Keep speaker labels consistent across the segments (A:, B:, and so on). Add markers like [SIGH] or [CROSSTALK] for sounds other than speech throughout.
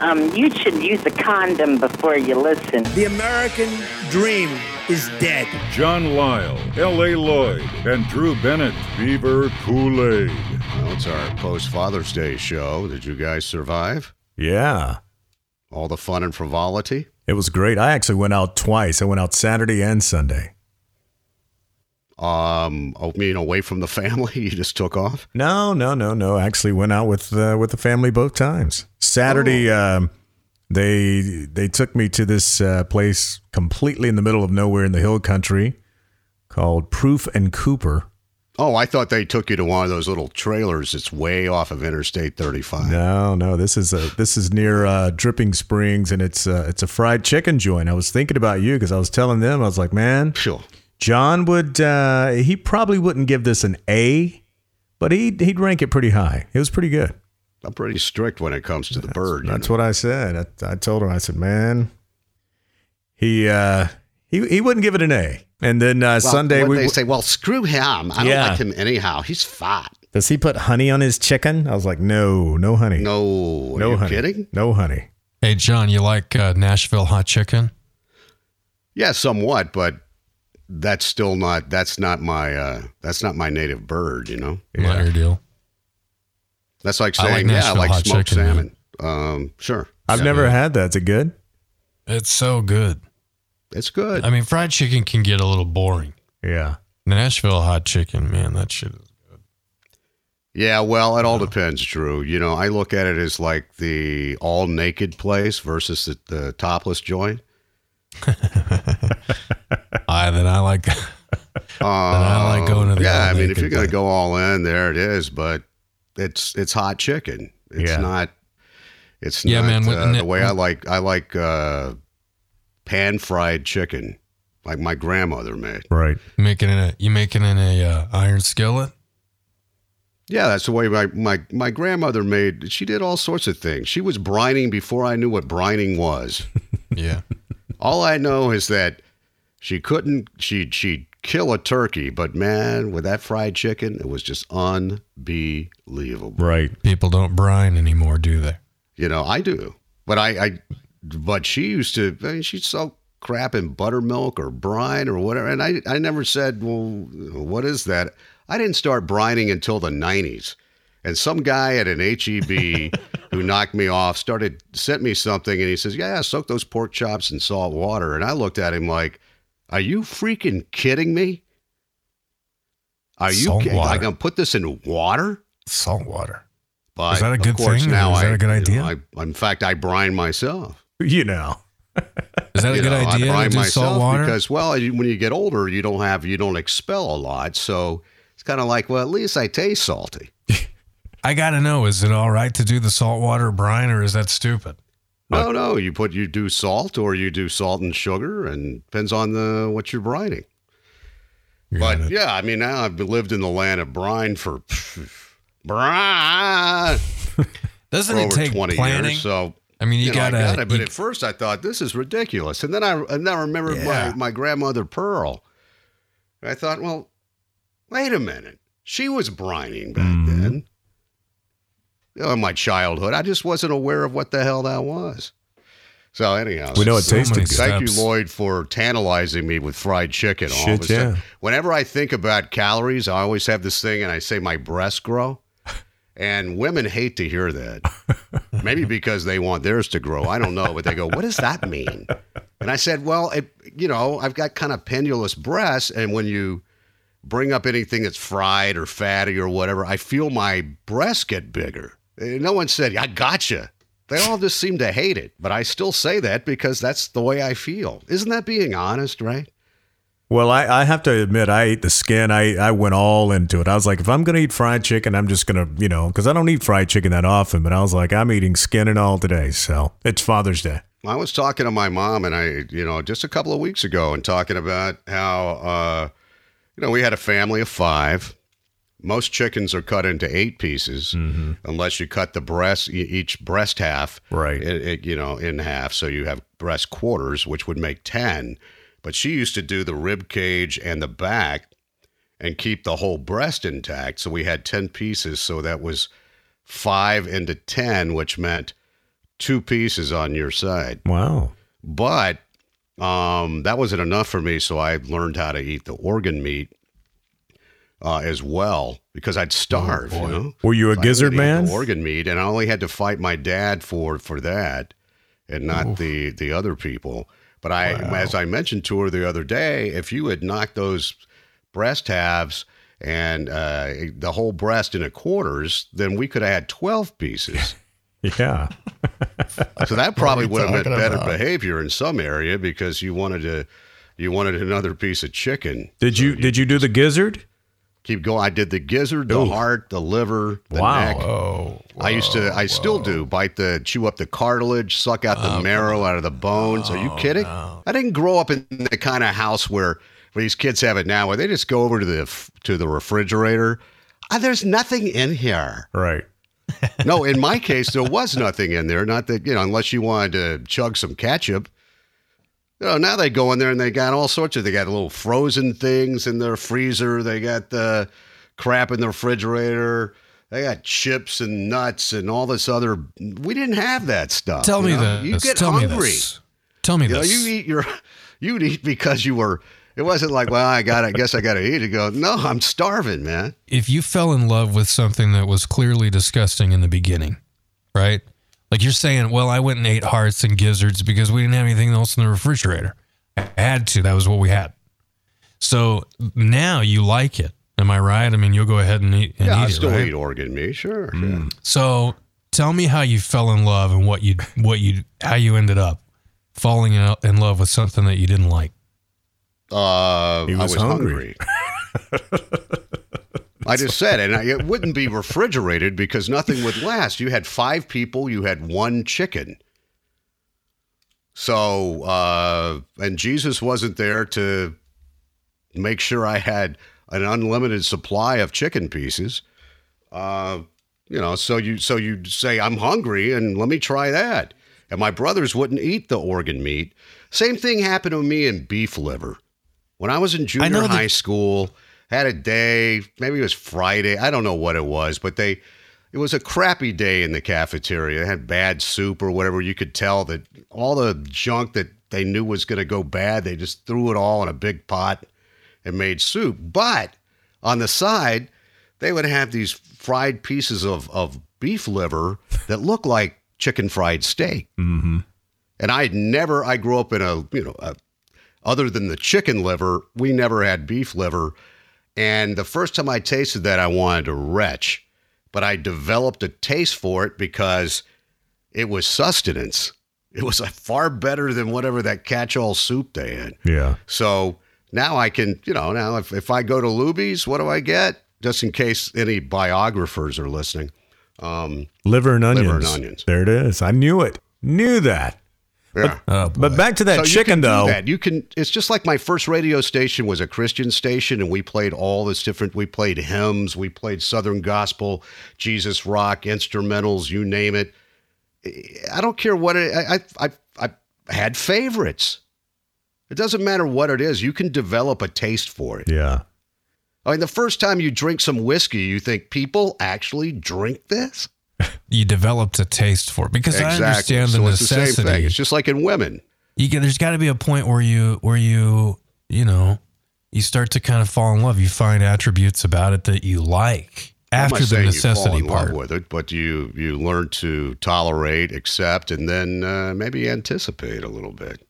A: um, you should use a condom before you listen.
B: The American dream is dead.
C: John Lyle, L.A. Lloyd, and Drew Bennett, Beaver Kool Aid.
D: Well, it's our post Father's Day show. Did you guys survive?
E: Yeah.
D: All the fun and frivolity?
E: It was great. I actually went out twice. I went out Saturday and Sunday.
D: Um, I mean, away from the family, [LAUGHS] you just took off.
E: No, no, no, no. Actually, went out with uh, with the family both times. Saturday, um, they they took me to this uh, place completely in the middle of nowhere in the hill country called Proof and Cooper.
D: Oh, I thought they took you to one of those little trailers that's way off of Interstate 35.
E: No, no, this is a this is near uh, Dripping Springs, and it's uh, it's a fried chicken joint. I was thinking about you because I was telling them I was like, man,
D: Sure.
E: John would uh, he probably wouldn't give this an A, but he he'd rank it pretty high. It was pretty good.
D: I'm pretty strict when it comes to the bird. you
E: That's
D: know.
E: what I said. I, I told her. I said, man, he uh, he he wouldn't give it an A. And then uh,
D: Well,
E: Sunday
D: when
E: we
D: they say, well, screw him. I
E: Yeah.
D: don't like him anyhow. He's fat.
E: does he put honey on his chicken? I was like, no, no honey,
D: No. Are
E: no
D: you
E: honey,
D: kidding?
E: no honey.
F: Hey, John, you like uh, Nashville hot chicken?
D: Yeah, somewhat, but that's still not that's not my uh that's not my native bird, you know.
F: Not your deal.
D: That's like
F: I like
D: saying, yeah, I
F: Nashville
D: like
F: hot
D: smoked
F: chicken,
D: salmon. Um, sure.
E: I've
F: Yeah,
E: never
F: yeah.
E: had that. Is it good?
F: It's so good.
D: It's good.
F: I mean, fried chicken can get a little boring.
E: Yeah.
F: Nashville hot chicken, man, that shit is. [LAUGHS]
D: Yeah, well, it all depends, Drew. You know, I look at it as like the all naked place versus the, the topless joint.
F: I then I like. [LAUGHS] then I like going to the.
D: Um, yeah, I mean, if
F: all-naked
D: you're going to
F: thing.
D: go all in, there it is. But it's it's hot chicken. It's
E: Yeah.
D: not. It's
F: Yeah,
D: not
F: man, when-
D: uh,
F: and
D: the
F: it-
D: way I like I like uh, pan fried chicken, like my grandmother made.
E: Right.
F: making it a you making it in a uh, iron skillet.
D: Yeah, that's the way my, my my grandmother made. She did all sorts of things. She was brining before I knew what brining was. [LAUGHS]
F: Yeah,
D: All I know is that she couldn't she she'd kill a turkey, but man, with that fried chicken, it was just unbelievable.
E: Right.
F: people don't brine anymore, do they?
D: You know, I do. But I, I but she used to I mean, she'd sell crap in buttermilk or brine or whatever. And I I never said, Well, what is that? I didn't start brining until the nineties. And some guy at an
F: [LAUGHS]
D: HEB who knocked me off started sent me something and he says, Yeah, soak those pork chops in salt water. And I looked at him like, Are you freaking kidding me? Are you
F: Salt
D: kidding?
F: water.
D: I gonna put this in water?
F: Salt water.
D: But
F: Is that a
D: of
F: good
D: course,
F: thing, or
D: Now
F: is that
D: I-
F: a good
D: you
F: idea?
D: know, I- in fact, I brine myself.
E: You know.
F: Is that a
D: You
F: good
D: know,
F: idea?
D: I brine
F: to do
D: myself
F: salt water.
D: because, well, you- when you get older, you don't have you don't expel a lot, so it's kind of like, well, at least I taste salty.
F: I gotta know: is it all right to do the salt water brine, or is that stupid?
D: No, no, you put you do salt or you do salt and sugar, and depends on the what you're brining.
F: You
D: But
F: got it.
D: yeah, I mean, now I've lived in the land of brine for [SIGHS] brine for
F: doesn't it
D: over
F: take
D: twenty
F: planning?
D: years, so
F: I mean,
D: know,
F: you,
D: I
F: gotta.
D: got it, but
F: you-
D: at first I thought this is ridiculous, and then I and then I remembered
E: Yeah.
D: my my grandmother Pearl. And I thought, well, wait a minute, she was brining back
F: Mm-hmm.
D: then. You know, in my childhood, I just wasn't aware of what the hell that was. So anyhow,
E: We know it
D: so-
E: tasted
F: many
E: good.
F: steps.
D: Thank you, Lloyd, for tantalizing me with fried chicken. all
E: Shit,
D: of a sudden.
E: yeah.
D: Whenever I think about calories, I always have this thing, and I say my breasts grow. And women hate to hear
E: [LAUGHS]
D: that. Maybe because they want theirs to grow. I don't know, but they go, "What does that mean?" And I said, "Well, it, you know, I've got kind of pendulous breasts, and when you bring up anything that's fried or fatty or whatever, I feel my breasts get bigger." And no one said, "I gotcha." They all just seem to hate it, but I still say that because that's the way I feel. Isn't that being honest, right?
E: Well, I, I have to admit, I ate the skin. I, I went all into it. I was like, if I'm going to eat fried chicken, I'm just going to, you know, because I don't eat fried chicken that often, but I was like, I'm eating skin and all today. So it's Father's Day.
D: I was talking to my mom and I, you know, just a couple of weeks ago and talking about how, uh, you know, we had a family of five. Most chickens are cut into eight pieces unless you cut the breast, e- each breast half,
E: Right.
D: i- i- you know, in half. So you have breast quarters, which would make 10. But she used to do the rib cage and the back and keep the whole breast intact. So we had 10 pieces. So that was five into 10, which meant two pieces on your side.
E: Wow.
D: But um, that wasn't enough for me, so I learned how to eat the organ meat uh, as well because I'd starve. you know?
E: Were you a
D: So I
E: Oh, gizzard
D: could eat the
E: man?
D: Organ meat, and I only had to fight my dad for for that, and not the the other people. But I, as I mentioned to her the other day, if you had knocked those breast halves and uh, the whole breast into quarters, then we could have had twelve pieces. [LAUGHS]
E: Yeah.
D: So that probably
G: What
D: would
G: are you
D: have meant
G: talking
D: better
G: about?
D: behavior in some area because you wanted to you wanted another piece of chicken.
E: Did you did you do the gizzard?
D: Keep going. I did the gizzard, the heart, the liver, the
E: Wow.
D: neck. I used to. I still do. Bite the, chew up the cartilage, suck
G: Oh,
D: out the marrow out of the bones. Are you kidding? I didn't grow up in the kind of house where, where these kids have it now, where they just go over to the f- to the refrigerator. Ah, there's nothing in here.
E: Right.
D: No, in my case, there was nothing in there. Not that you know, unless you wanted to chug some ketchup. You know, now they go in there and they got all sorts of. They got little frozen things in their freezer. They got the crap in the refrigerator. They got chips and nuts and all this other. We didn't have that stuff.
F: Tell
D: you
F: me
D: know?
F: this.
D: You get
F: Tell
D: hungry.
F: me this. Tell me
D: You know,
F: this.
D: you eat your. [LAUGHS] You'd eat because you were. It wasn't like, well, I got. I guess I got to eat. You go, no, I'm starving, man.
F: if you fell in love with something that was clearly disgusting in the beginning, right? Like you're saying, well, I went and ate hearts and gizzards because we didn't have anything else in the refrigerator. I had to. That was what we had. So now you like it. Am I right? I mean, you'll go ahead and eat, and
D: Yeah, I
F: eat
D: still
F: it, right? Mm.
D: eat organ meat, sure. yeah.
F: So tell me how you fell in love and what you what you how you ended up falling in, in love with something that you didn't like.
D: Uh,
E: He
D: I
E: was
D: was
E: hungry.
D: hungry.
E: [LAUGHS]
D: I just said, and I, it wouldn't be refrigerated because nothing would last. You had five people, you had one chicken. So, uh, and Jesus wasn't there to make sure I had an unlimited supply of chicken pieces. Uh, you know, so you so you say I'm hungry and let me try that. And my brothers wouldn't eat the organ meat. Same thing happened to me in beef liver. When I was in
F: I know
D: junior
F: that-
D: high school, had a day, maybe it was Friday, I don't know what it was, but they it was a crappy day in the cafeteria. They had bad soup or whatever. You could tell that all the junk that they knew was going to go bad, they just threw it all in a big pot and made soup. But on the side, they would have these fried pieces of, of beef liver that look like chicken fried steak. Mm-hmm. And I had never, I grew up in a, you know, a, other than the chicken liver, we never had beef liver. And the first time I tasted that, I wanted to retch, but I developed a taste for it because it was sustenance. It was uh, far better than whatever that catch all soup they had.
E: Yeah.
D: So now I can, you know, now if, if I go to Luby's, what do I get? Just in case any biographers are listening. Um,
E: Liver and onions.
D: Liver and onions.
E: There it is. I knew it. Knew that.
D: yeah.
E: But back to that
D: Oh, So you
E: chicken
D: can do
E: though.
D: that. You can. It's just like my first radio station was a Christian station, and we played all this different. We played hymns, we played Southern gospel, Jesus rock, instrumentals, you name it. I don't care what it. I I I, I had favorites. It doesn't matter what it is. You can develop a taste for it.
E: Yeah.
D: I mean, the first time you drink some whiskey, you think people actually drink this.
F: You developed a taste for it because I understand the
D: so it's
F: necessity.
D: the same thing. It's just like in women.
F: you get, there's got to be a point where you where you you know you start to kind of fall in love. You find attributes about it that you like
D: I'm not
F: after the
D: saying you fall
F: necessity
D: in love
F: part.
D: with it, but you you learn to tolerate, accept, and then uh, maybe anticipate a little bit.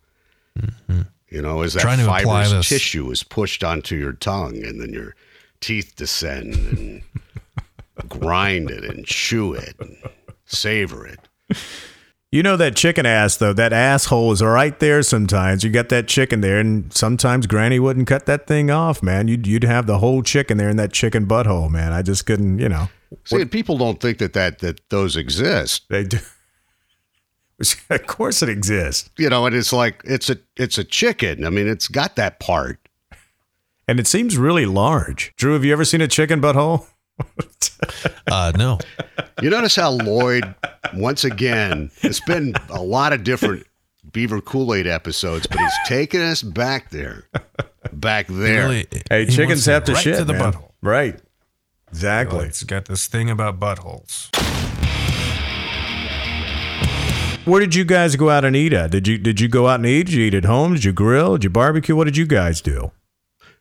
D: You know, is that
F: Mm-hmm. Trying to apply
D: fibrous
F: this.
D: tissue is pushed onto your tongue, and then your teeth descend and
F: [LAUGHS]
D: grind it and chew it, and savor it.
E: You know that chicken ass though. That asshole is right there. Sometimes you got that chicken there, and sometimes Granny wouldn't cut that thing off, man. You'd you'd have the whole chicken there in that chicken butthole, man. I just couldn't, you know.
D: See, and people don't think that, that that those exist.
E: They do. [LAUGHS] of course, it exists,
D: you know, and it's like it's a it's a chicken. I mean, it's got that part.
E: and it seems really large. Drew, have you ever seen a chicken butthole?
F: Uh, no,
D: You notice how Lloyd, once again, it's been a lot of different Beaver Kool Aid episodes, but he's taking us back there, back [LAUGHS] there.
F: really.
E: Hey,
F: he
E: chickens
F: wants it
E: have to
F: right
E: shit
F: to the
E: man.
F: butthole.
E: Right. Exactly.
F: It's got this thing about buttholes.
E: Where did you guys go out and eat at? Did you did you go out and eat? Did you eat at home? Did you grill? Did you barbecue? What did you guys do?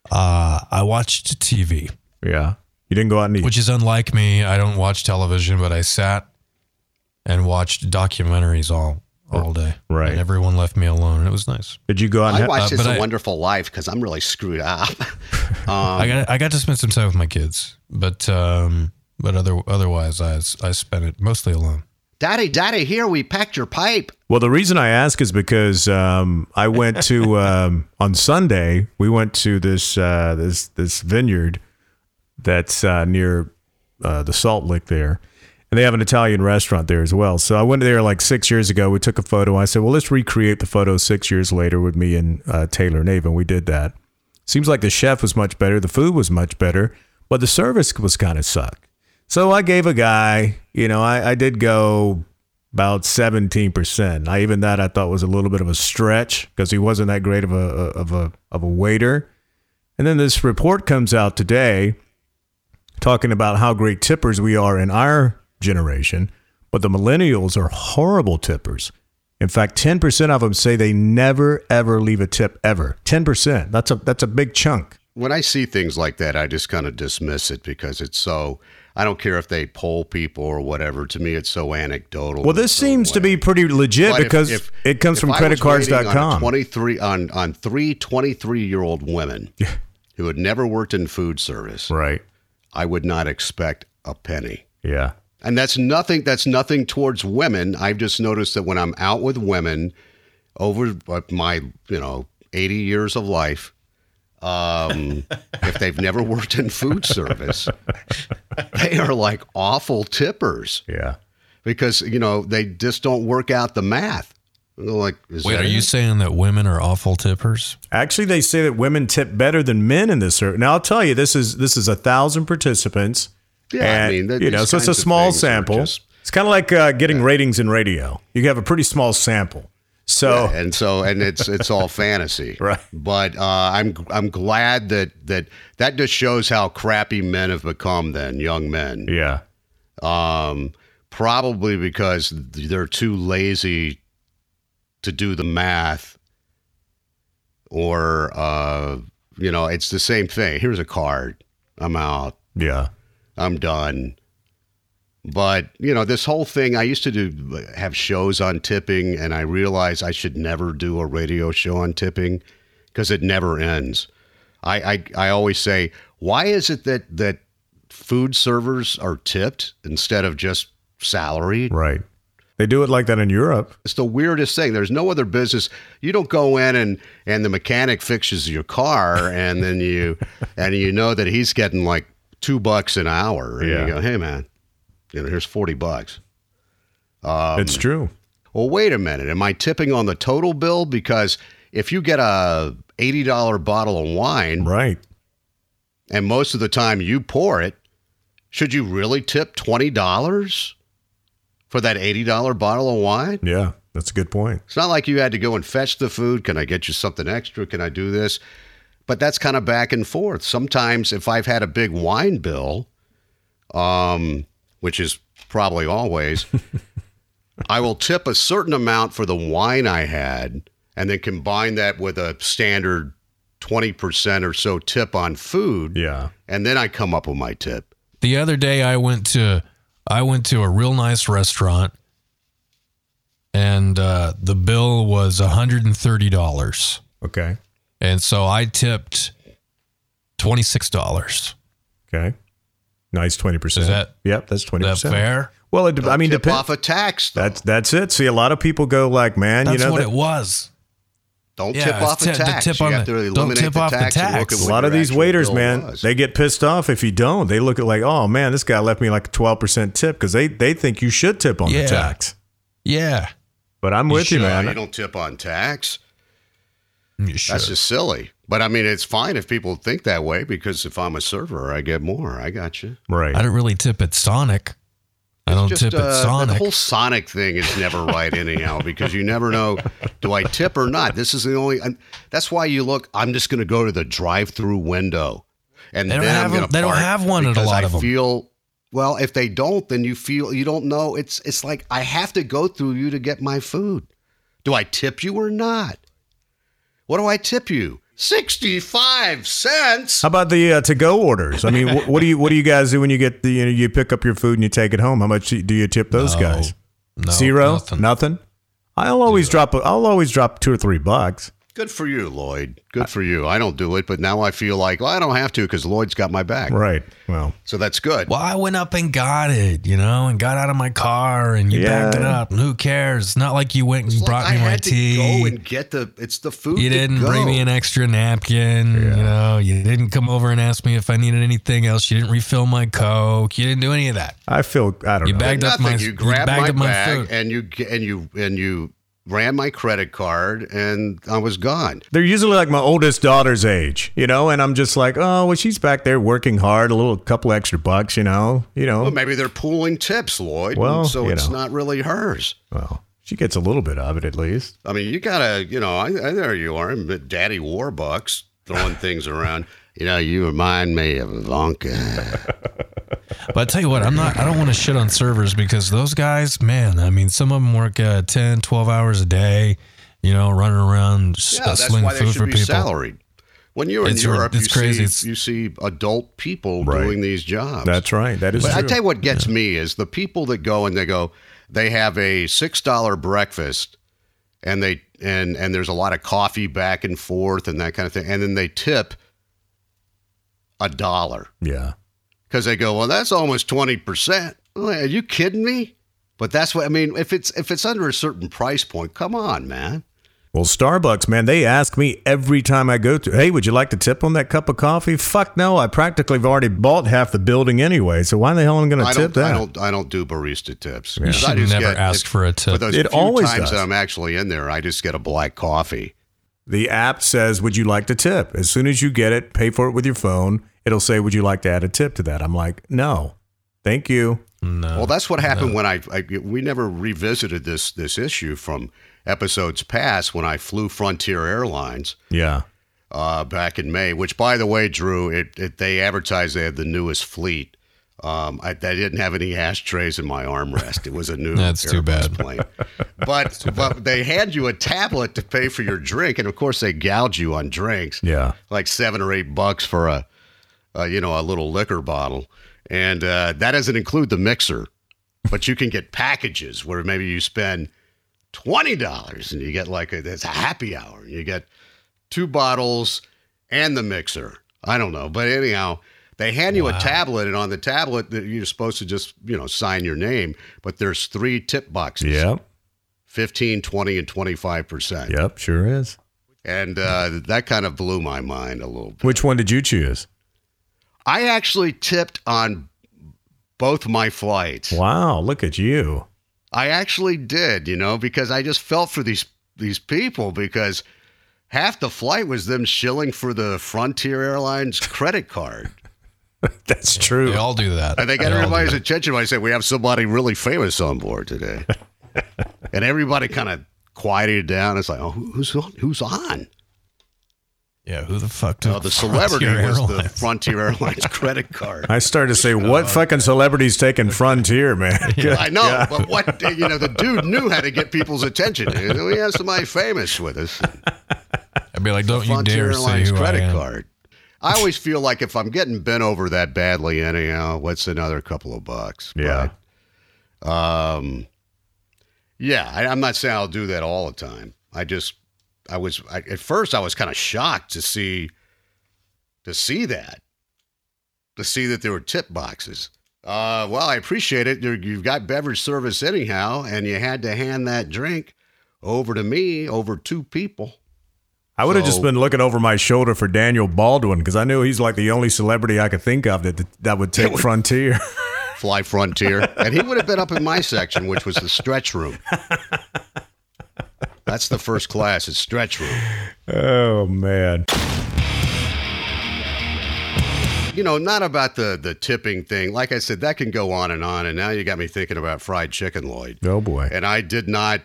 F: Uh, I watched TV,
E: Yeah, you didn't go out and eat.
F: which is unlike me. I don't watch television, but I sat and watched documentaries all all day.
E: Right.
F: And everyone left me alone, and it was nice.
E: did you go out?
D: I
E: And ha-
D: watched
F: uh,
D: It's
F: but
D: a
F: I-
D: Wonderful Life because I'm really screwed up. [LAUGHS]
F: I got I got to spend some time with my kids, but um, but other otherwise I s- I spent it mostly alone.
D: daddy, daddy, here we packed your pipe.
E: well, the reason I ask is because um, I went to um, on Sunday. We went to this uh, this this vineyard that's uh, near uh, the Salt Lick there. And they have an Italian restaurant there as well. So I went there like six years ago. We took a photo. I said, well, let's recreate the photo six years later with me and uh, Taylor and Ava. And we did that. Seems like the chef was much better. The food was much better, but the service was kind of suck. So I gave a guy, you know, I, I did go about 17%. I, even that I thought was a little bit of a stretch because he wasn't that great of a, of a, of a waiter. And then this report comes out today talking about how great tippers we are in our generation, but the millennials are horrible tippers. In fact, 10% of them say they never ever leave a tip ever. 10%. That's a that's a big chunk.
D: When I see things like that, I just kind of dismiss it because it's so. I don't care if they poll people or whatever. To me, it's so anecdotal.
E: Well, this seems to be pretty legit
D: But if-
E: because
D: if-
E: it comes
D: if
E: from
D: I was waiting on a
E: creditcards.com.
D: 23 on on three 23 year old women who had never worked in food service.
E: right.
D: I would not expect a penny.
E: Yeah.
D: And that's nothing that's nothing towards women. I've just noticed that when I'm out with women over uh, my, you know, 80 years of life, um, if they've never worked in food service, [LAUGHS] they are like awful tippers
E: Yeah.
D: because, you know, they just don't work out the math. They're like, is
F: Wait,
D: that
F: are
D: it?
F: you saying that women are awful tippers?
E: Actually, they say that women tip better than men in this survey. Now, I'll tell you, this is this is a thousand participants.
D: Yeah, I mean, th-
E: you know,
D: these
E: so it's a
D: kinds of
E: small
D: things are
E: sample.
D: just-
E: it's kind of like uh, getting ratings in radio. You have a pretty small sample. So,
D: and so and it's it's all
F: [LAUGHS]
D: fantasy
E: Right.
D: but uh, i'm i'm glad that that that just shows how crappy men have become then young men
E: yeah,
D: um probably because they're too lazy to do the math or uh you know it's the same thing here's a card i'm out
E: yeah,
D: I'm done. But you know, this whole thing. I used to do have shows on tipping, and I realized I should never do a radio show on tipping because it never ends. I, I I always say, why is it that that food servers are tipped instead of just salary?
E: right. They do it like that in Europe.
D: It's the weirdest thing. There's no other business. You don't go in and and the mechanic fixes your car, and
E: [LAUGHS]
D: then you and you know that he's getting like two bucks an hour, and
E: Yeah.
D: you go, hey man, you know here's forty bucks. Um,
E: it's true.
D: Well, wait a minute. Am I tipping on the total bill? Because if you get a eighty dollar bottle of wine,
E: Right.
D: and most of the time you pour it, should you really tip twenty dollars for that eighty dollar bottle of wine?
E: Yeah, that's a good point.
D: It's not like you had to go and fetch the food. Can I get you something extra? Can I do this? But that's kind of back and forth. Sometimes, if I've had a big wine bill, um, which is
E: [LAUGHS]
D: probably always, I will tip a certain amount for the wine I had and then combine that with a standard 20% or so tip on food.
E: Yeah.
D: And then I come up with my tip.
F: The other day I went to I went to a real nice restaurant and uh, the bill was $130.
E: Okay.
F: And so I tipped $26. Is
E: Okay. Nice twenty percent.
F: Is that-
E: Yep, that's twenty
F: that
E: percent.
F: fair?
E: Well, it, I mean,
D: tip
E: depends.
D: off a tax. Though.
E: That's that's it. See, a lot of people go like, man,
F: That's
E: you know,
F: what
E: that-
F: it was.
D: Don't
F: Yeah,
D: tip off
F: it's
D: a
F: ti- to
D: tax.
F: tip
D: you
F: on
D: have
F: the-
D: to
F: don't
D: eliminate
F: tip
D: the
F: off the
D: tax. and look
F: tax.
E: a
D: at what
E: lot of
D: your
E: these
D: actual
E: waiters,
D: bill
E: man,
D: was.
E: they get pissed off if you don't. They look at like, oh man, this guy left me like a twelve percent tip because they they think you should tip on
F: Yeah.
E: the tax.
F: Yeah.
E: But I'm with you,
D: should.
E: man.
D: You don't tip on tax.
F: You should.
D: That's just silly. But I mean, it's fine if people think that way because if I'm a server, I get more. I got you.
E: right?
F: I don't really tip at Sonic. I don't tip
E: uh,
F: at
D: The
F: Sonic.
D: uh, whole Sonic thing is never right
F: [LAUGHS]
D: anyhow because you never know do I tip or not. This is the only. i that's why you look. I'm just going to go to the drive-through window, and
F: They don't
D: then I'm
F: have
D: gonna
F: them- they don't
D: park
F: have one at a
D: because
F: lot
D: I
F: of 'em.
D: Feel Well, if they don't, then you feel you don't know. It's it's like I have to go through you to get my food. Do I tip you or not? What do I tip you? Sixty-five cents.
E: How about the uh, to-go orders? I mean, wh- what do you what do you guys do when you get the you know you pick up your food and you take it home? How much do you tip those
F: No.
E: guys?
F: No,
E: Zero,
F: nothing.
E: I'll always drop. A, I'll always drop two or three bucks.
D: Good for you, Lloyd. Good for you. I don't do it, but now I feel like well, I don't have to because Lloyd's got my back.
E: Right. Well,
D: So that's good.
F: Well, I went up and got it, you know, and got out of my car and you backed
E: Yeah.
F: it up. And who cares? It's not like you went and
D: It's
F: you
D: like
F: brought
D: I
F: me my
D: had
F: tea.
D: To go and get the it's the food.
F: you
D: to
F: didn't bring
D: go.
F: me an extra napkin. You know, you didn't come over and ask me if I needed anything else. You didn't refill my Coke. You didn't do any of that.
E: I feel I don't
F: You
E: know.
F: bagged up
D: Nothing.
F: my
D: you grabbed
F: bagged
D: my
F: up my
D: bag
F: food.
D: and you g- and you and you ran my credit card and I was gone.
E: They're usually like my oldest daughter's age, you know, and I'm just like, oh, well, she's back there working hard, a little couple extra bucks, you know, you know.
D: Well,
E: Well,
D: maybe they're pooling tips, Lloyd.
E: Well,
D: and so
E: you
D: it's
E: know.
D: not really hers.
E: she gets a little bit of it at least.
D: I mean, you gotta, you know, I, I, there you are, Daddy Warbucks
E: [LAUGHS]
D: throwing things around. You know, you remind me of Ivanka.
F: But I tell you what, I'm not, I don't want to shit on servers because those guys, man, I mean, some of them work uh, 10, 12 hours a day, you know, running around s-
D: Yeah,
F: uh,
D: that's
F: slinging
D: why they
F: food
D: should
F: for
D: be
F: people.
D: salaried. When you're in
F: It's rid-
D: Europe,
F: it's
D: you,
F: crazy.
D: See,
F: It's-
D: you see adult people
E: Right.
D: doing these jobs.
E: That's right. That is
D: But I
E: true.
D: tell you what gets me is the people that go and they go, they have a six dollar breakfast, and they and and there's a lot of coffee back and forth and that kind of thing, and then they tip a dollar
E: yeah.
D: because they go, well, that's almost twenty percent. Are you kidding me? But that's what I mean. If it's if it's under a certain price point, come on, man.
E: Well, Starbucks, man, they ask me every time I go to, hey, would you like to tip on that cup of coffee? Fuck no. I practically have already bought half the building anyway. So why the hell am I going
D: I
E: to tip
D: don't,
E: that?
D: I don't. I don't do barista tips.
F: You should never ask for a tip.
D: But those
E: It
D: few
E: always
D: times
E: does.
D: that I'm actually in there, I just get a black coffee.
E: The app says, Would you like to tip? As soon as you get it, pay for it with your phone. It'll say, Would you like to add a tip to that? I'm like, No, thank you.
F: No.
D: Well, that's what happened when I, I we never revisited this this issue from episodes past when I flew Frontier Airlines
E: Yeah.
D: uh, back in May. Which, by the way, Drew, it, it they advertised they had the newest fleet. Um, I, I didn't have any ashtrays in my armrest. It was a new
F: [LAUGHS] That's too
D: Airbus
F: bad. [LAUGHS]
D: plane. But but they hand you a tablet to pay for your drink, and of course they gouge you on drinks
E: Yeah.
D: like seven or eight bucks for a, a you know a little liquor bottle and uh, that doesn't include the mixer but you can get packages where maybe you spend $20 and you get like a, it's a happy hour and you get two bottles and the mixer i don't know but anyhow they hand you a tablet and on the tablet that you're supposed to just you know sign your name but there's three tip boxes
E: Yep.
D: 15 20 and 25%
E: Yep. Sure is.
D: and uh, that kind of blew my mind a little bit
E: Which one did you choose?
D: I actually tipped on both my flights.
E: Wow. Look at you.
D: I actually did, you know, because I just felt for these these people because half the flight was them shilling for the Frontier Airlines credit card.
E: That's true.
F: they all do that.
D: And
F: [LAUGHS]
D: they got
F: all do
D: everybody's
F: that.
D: attention when I said we have somebody really famous on board
F: [LAUGHS]
D: today. and everybody kind of quieted down. It's like, oh, who- who's on? Who's on?
F: Yeah, who the fuck took
D: Uh, the celebrity
F: Frontier
D: was the
F: Airlines?
D: Frontier Airlines credit card.
E: I started to say, What fucking celebrity's [LAUGHS] taking Frontier, [LAUGHS] man?
D: I know, but what you know, the dude knew how to get people's attention. We have somebody famous with us.
F: [LAUGHS] I'd be like, don't you
D: Frontier
F: dare say
D: Airlines
F: who I
D: credit
F: am.
D: card. I always feel like if I'm getting bent over that badly, anyhow, what's another couple of bucks?
E: Yeah.
D: But, um. Yeah, I, I'm not saying I'll do that all the time. I just, I was I, at first I was kind of shocked to see, to see that, to see that there were tip boxes. Uh, well, I appreciate it. You're, you've got beverage service anyhow, and you had to hand that drink over to me over two people.
E: I would have just
D: So-
E: been looking over my shoulder for Daniel Baldwin because I knew he's like the only celebrity I could think of that that would take [LAUGHS] Frontier.
D: Fly Frontier, and he would have been up in my section, which was the stretch room. That's the first class. It's stretch room.
E: oh man.
D: You know, not about the the tipping thing. Like I said, that can go on and on. And now you got me thinking about fried chicken, Lloyd.
E: Oh boy.
D: And I did not,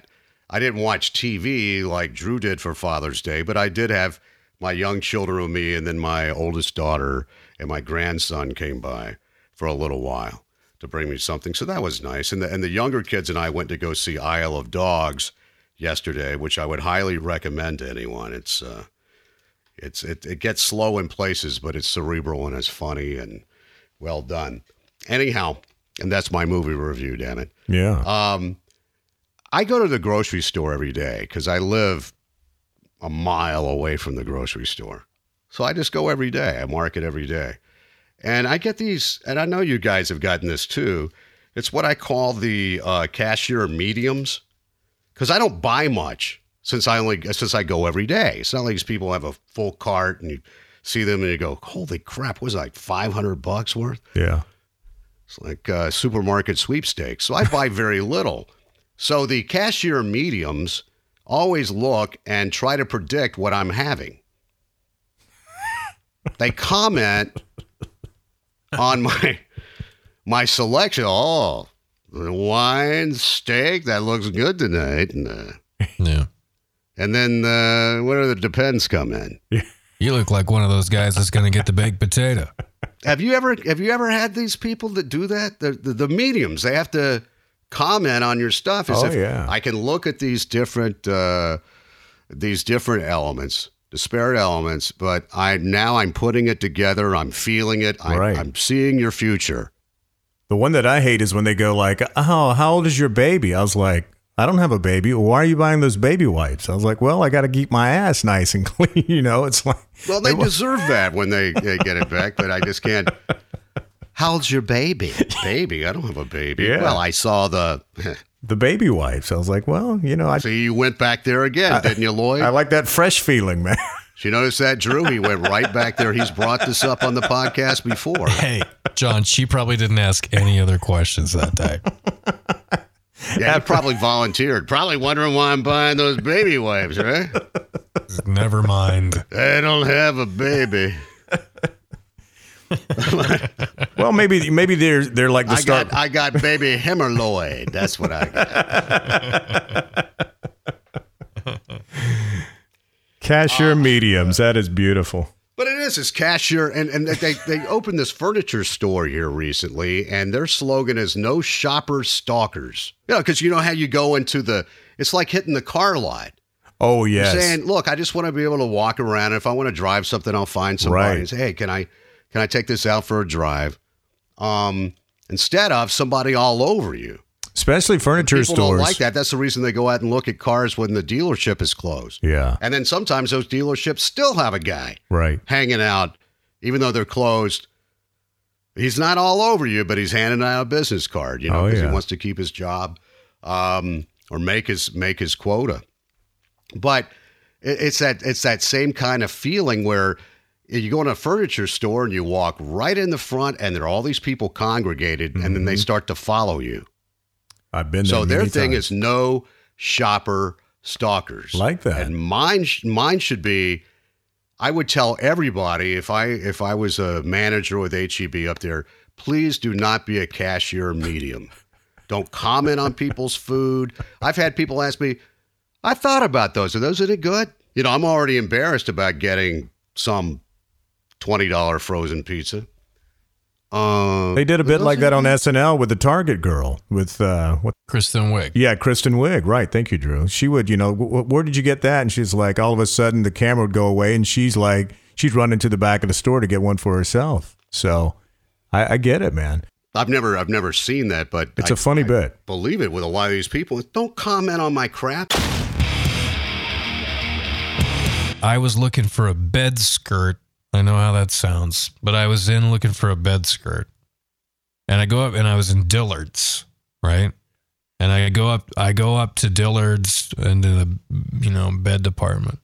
D: I didn't watch TV like Drew did for Father's Day, but I did have my young children with me, and then my oldest daughter and my grandson came by for a little while to bring me something. So that was nice. And the, and the younger kids and I went to go see Isle of Dogs yesterday, which I would highly recommend to anyone. It's uh, it's it, it gets slow in places, but it's cerebral and it's funny and well done. Anyhow, and that's my movie review. Damn it.
E: Yeah.
D: Um, I go to the grocery store every day because I live a mile away from the grocery store. So I just go every day. I market every day. And I get these, and I know you guys have gotten this too. It's what I call the uh, cashier mediums because I don't buy much since I only since I go every day. It's not like these people have a full cart and you see them and you go, "Holy crap, what was it, like five hundred bucks worth?"
E: yeah.
D: It's like uh, supermarket sweepstakes. So I buy very little. So the cashier mediums always look and try to predict what I'm having. They comment on my my selection. Oh, the wine steak that looks good tonight, and, uh,
F: Yeah.
D: and then uh, when are the depends come in?
F: You look like one of those guys that's going to get the baked potato.
D: Have you ever have you ever had these people that do that? The the, the mediums they have to comment on your stuff. As
E: Oh,
D: if
E: yeah.
D: I can look at these different uh, these different elements, disparate elements, but I now I'm putting it together. I'm feeling it. I'm,
E: Right.
D: I'm seeing your future.
E: The one that I hate is when they go like, "Oh, how old is your baby?" I was like, "I don't have a baby. Why are you buying those baby wipes?" I was like, "Well, I got to keep my ass nice and [LAUGHS] clean." You know, it's like,
D: Well, they
E: It wa-
D: deserve that when they, they get it back, but I
E: [LAUGHS]
D: just can't. How old's your baby? Baby, I don't have a baby.
E: Yeah.
D: Well, I saw the. [LAUGHS]
E: the baby wipes. I was like, "Well, you know, I
D: See, you went back there again,
E: Uh,
D: didn't you, Lloyd?
E: I like that fresh feeling, man." [LAUGHS]
D: Did you notice that, Drew? He went right back there. He's brought this up on the podcast before.
F: Hey, John, she probably didn't ask any other questions
D: [LAUGHS]
F: that day.
D: Yeah, he probably volunteered. Probably wondering why I'm buying those baby wipes, right?
F: Never mind.
D: They don't have a baby.
E: well, maybe maybe they're they're like the
D: I
E: start.
D: got I got baby hemorrhoid. That's what I got. Oh.
E: cashier mediums. That is beautiful.
D: But it is it's cashier and, and they they opened this furniture store here recently and their slogan is no shopper stalkers. You know, because you know how you go into the it's like hitting the car lot.
E: Oh yes,
D: saying, "Look, I just want to be able to walk around. If I want to drive something, I'll find somebody
E: Right.
D: and say, "Hey, can I can I take this out for a drive?" Um, instead of somebody all over you.
E: especially furniture
D: People
E: stores.
D: don't like that. That's the reason they go out and look at cars when the dealership is closed.
E: Yeah,
D: And then sometimes those dealerships still have a guy
E: right.
D: hanging out, even though they're closed. He's not all over you, but he's handing out a business card, you know,
E: Oh,
D: because
E: yeah.
D: he wants to keep his job um, or make his make his quota. But it, it's that it's that same kind of feeling where you go in a furniture store and you walk right in the front, and there are all these people congregated, and then they
E: Mm-hmm.
D: start to follow you.
E: I've been there.
D: So their
E: many
D: thing
E: times.
D: is no shopper stalkers.
E: Like that.
D: And mine sh- mine should be I would tell everybody if I if I was a manager with HEB up there, please do not be a cashier medium. Don't comment on people's food. I've had people ask me, I thought about those. Are those any good? You know, I'm already embarrassed about getting some twenty dollar frozen pizza. Uh,
E: they did a bit like that on SNL with the Target girl with uh, what
F: Kristen Wiig.
E: Yeah, Kristen Wiig, right? Thank you, Drew. She would, you know, w- w- where did you get that? And she's like, all of a sudden, the camera would go away, and she's like, she'd run into the back of the store to get one for herself. So, I, I get it, man.
D: I've never I've never seen that, but
E: It's
D: a
E: a funny bit.
D: believe it with a lot of these people. Don't comment on my crap.
F: I was looking for a bed skirt. I know how that sounds, but I was in looking for a bed skirt. And I go up and I was in Dillard's, right? And I go up I go up to Dillard's into the you know, bed department.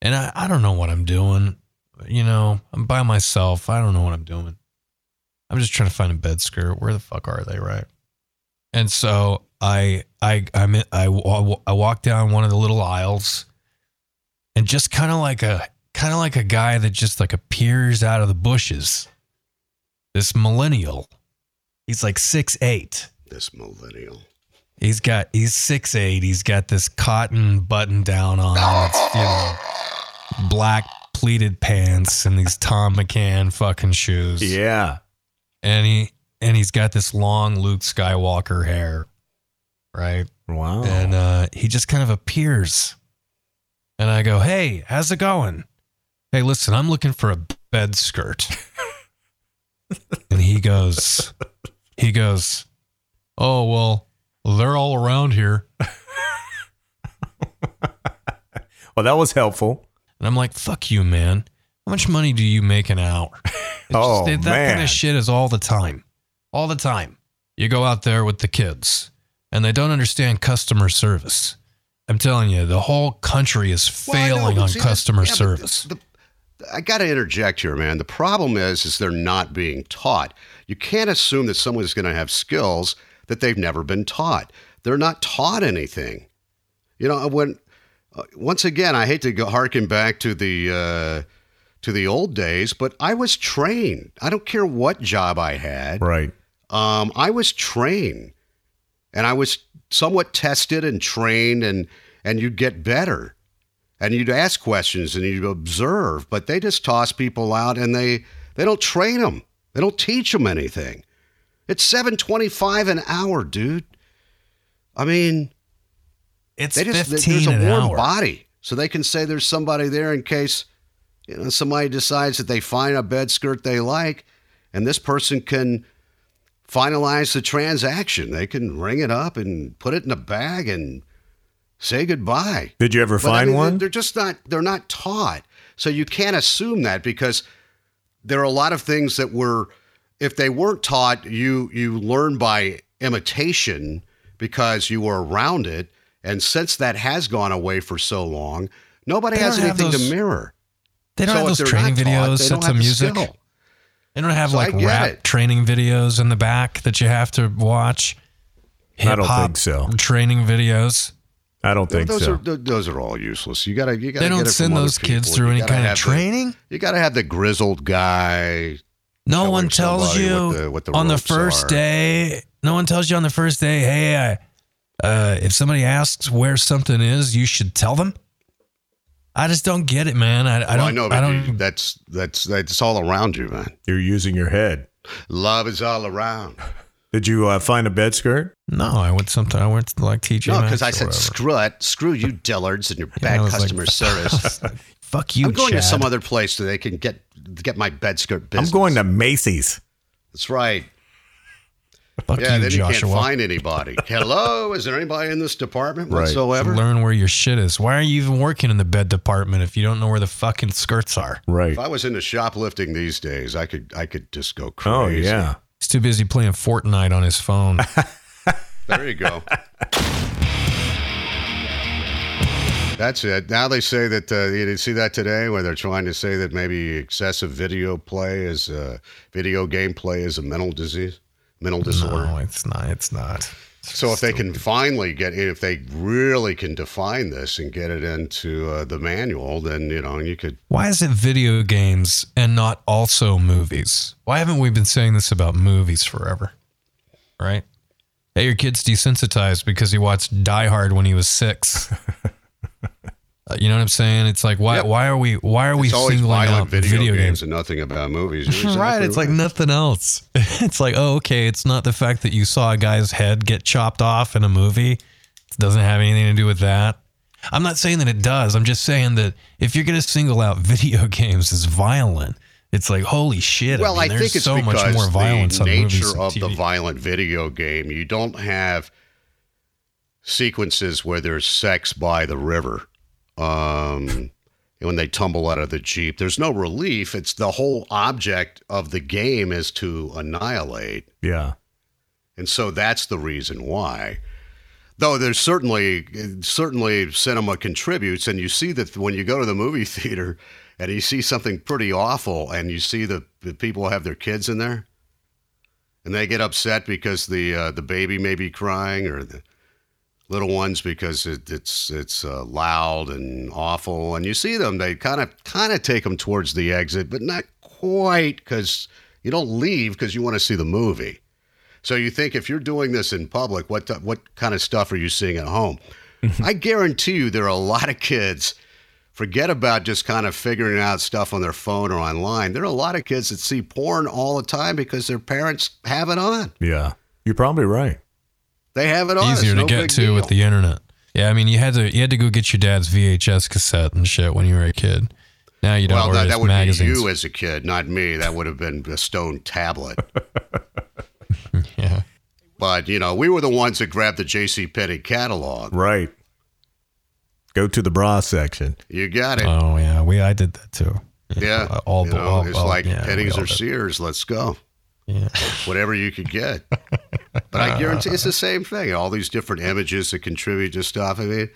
F: And I, I don't know what I'm doing. You know, I'm by myself. I don't know what I'm doing. I'm just trying to find a bed skirt. Where the fuck are they, right? And so I I I'm in, I wa- I walk down one of the little aisles and just kind of like a kind of like a guy that just like appears out of the bushes. This millennial, he's like six eight.
D: This millennial.
F: He's got he's six eight. He's got this cotton button down on. It's you know black pleated pants and these Tom McCann fucking shoes.
E: Yeah.
F: and he and he's got this long Luke Skywalker hair, right?
E: Wow.
F: And uh, he just kind of appears. And I go, hey, how's it going? Hey, listen, I'm looking for a bed skirt. [LAUGHS] and he goes, he goes, oh, well, they're all around here.
E: well, that was helpful.
F: And I'm like, fuck you, man. How much money do you make an hour? [LAUGHS] It's
E: Oh,
F: that kind
E: man.
F: of shit is all the time. All the time. You go out there with the kids and they don't understand customer service. I'm telling you, the whole country is
D: Well, I know,
F: failing
D: but
F: on
D: see,
F: customer
D: yeah, but
F: service.
D: the- the- I got to interject here, man. The problem is, is they're not being taught. You can't assume that someone's going to have skills that they've never been taught. They're not taught anything. You know, when uh, once again, I hate to go harken back to the uh, to the old days, but I was trained. I don't care what job I had.
E: Right.
D: Um, I was trained, and I was somewhat tested and trained, and and you'd get better, and you'd ask questions and you'd observe. But they just toss people out, and they they don't train them. They don't teach them anything. It's seven twenty five an hour, dude. I mean,
F: it's
D: they just
F: 15
D: there's a
F: an
D: warm
F: hour.
D: body, so they can say there's somebody there in case you know somebody decides that they find a bed skirt they like, and this person can finalize the transaction. They can ring it up and put it in a bag and say goodbye.
E: Did you ever
D: But, I
E: find
D: mean,
E: one?
D: They're just not. They're not taught, so you can't assume that because there are a lot of things that were, if they weren't taught, you you learn by imitation because you were around it, and since that has gone away for so long, nobody
F: They
D: has
F: don't have
D: anything
F: those-
D: to mirror.
F: They don't
D: So
F: have
D: if
F: those
D: they're not
F: training
D: taught,
F: videos,
D: they don't
F: sets of
D: have the
F: music.
D: skill.
F: They don't have
D: So I
F: like
D: get
F: rap
D: it.
F: training videos in the back that you have to watch.
E: I don't
F: Hip-hop
E: think so.
F: Training videos.
E: I don't think
D: those
E: so.
D: are th- those are all useless. You gotta you gotta. get
F: They don't
D: it
F: send
D: from other
F: those kids
D: people.
F: through
D: You
F: any
D: gotta
F: kind of
D: have the-
F: training.
D: you gotta have the grizzled guy.
F: No
D: telling
F: one tells
D: somebody
F: you
D: what the- what the
F: on the
D: ropes
F: first
D: are.
F: day. No one tells you on the first day, hey, I, uh, if somebody asks where something is, you should tell them. I just don't get it, man. I, I
D: Well,
F: don't. I,
D: know, but
F: don't.
D: you- that's that's that's all around you, man.
E: You're using your head.
D: Love is all
F: [LAUGHS]
D: around.
E: Did you uh, find a bed skirt?
F: no, I went something. I went to like TJ.
D: No, because
F: Maxx
D: I
F: or
D: said
F: whatever.
D: screw it, screw you, Dillards, and your
F: [LAUGHS] Yeah, I
D: bad
F: was like,
D: customer service.
F: Fuck [LAUGHS] you.
D: I'm going
F: Chad.
D: to some other place so they can get get my bed skirt business.
E: I'm going to Macy's.
D: That's right.
F: Fuck
D: Yeah,
F: you,
D: then you
F: Joshua.
D: can't find
F: [LAUGHS]
D: anybody. Hello, is there anybody in this department
E: Right.
D: whatsoever?
F: Learn where your shit is. Why are you even working in the bed department if you don't know where the fucking skirts are?
E: Right.
D: If I was into shoplifting these days, I could I could just go crazy.
E: Oh yeah.
F: He's too busy playing Fortnite on
D: [LAUGHS]
F: his phone.
D: There you
F: [LAUGHS]
D: go. That's it. Now they say that uh, you didn't see that today, where they're trying to say that maybe excessive video play is uh, video game play is a mental disease, mental disorder.
F: no, it's not. It's not.
D: so if they can finally get, if they really can define this and get it into uh, the manual, then you know you could.
F: Why is it video games and not also movies? Why haven't we been saying this about movies forever? Right? Hey, your kid's desensitized because he watched Die Hard when he was six.
D: [LAUGHS]
F: Uh, you know what I'm saying? It's like why
D: Yep.
F: why are we why are we
D: It's always
F: singling
D: violent
F: out
D: video,
F: video,
D: games
F: games?
D: and nothing about movies. You're
F: [LAUGHS] right,
D: exactly
F: it's like nothing else. [LAUGHS] It's like, oh, okay, it's not the fact that you saw a guy's head get chopped off in a movie. It doesn't have anything to do with that. I'm not saying that it does. I'm just saying that if you're going to single out [LAUGHS] video games as violent, it's like holy shit.
D: Well, I,
F: mean,
D: think it's
F: there's so
D: because
F: much more violence
D: the
F: on
D: nature
F: movies and
D: of the
F: TV.
D: violent video game. You don't have sequences where there's sex by the river. Um, when they tumble out of the jeep, there's no relief. It's the whole object of the game is to annihilate,
E: Yeah.
D: and so that's the reason why. Though there's certainly certainly cinema contributes, and you see that when you go to the movie [LAUGHS] theater and you see something pretty awful, and you see the, the people have their kids in there, and they get upset because the uh, the baby may be crying or the little ones because it, it's it's uh, loud and awful, and you see them they kind of kind of take them towards the exit, but not quite because you don't leave because you want to see the movie. So you think if you're doing this in public, what
F: [LAUGHS]
D: what kind of stuff are you seeing at home? I guarantee you there are a lot of kids forget about just kind of figuring out stuff on their phone or online. There are a lot of kids that see porn all the time because their parents have it on.
E: Yeah. You're probably right.
D: They have it on. oh, It's
F: Easier
D: no
F: to get
D: big
F: to
D: deal.
F: with the internet. Yeah, I mean, you had to you had to go get your dad's VHS cassette and shit when you were a kid. Now you don't.
D: Well,
F: order
D: that,
F: his
D: that would
F: magazines.
D: be you as a kid, not me. That would have been a stone tablet.
F: [LAUGHS] Yeah.
D: But you know, we were the ones that grabbed the J.C. Penney catalog.
E: Right. Go to the bra section.
D: You got it.
F: Oh yeah, we I did that too.
D: yeah,
F: Uh, all
D: you
F: the
D: know,
F: all,
D: it's
F: all-
D: like
F: yeah, we
D: Pennies
F: all
D: or
F: did.
D: Sears. Let's go.
F: Yeah.
D: Whatever you could get. but I guarantee it's the same thing. All these different images that contribute to stuff. I mean,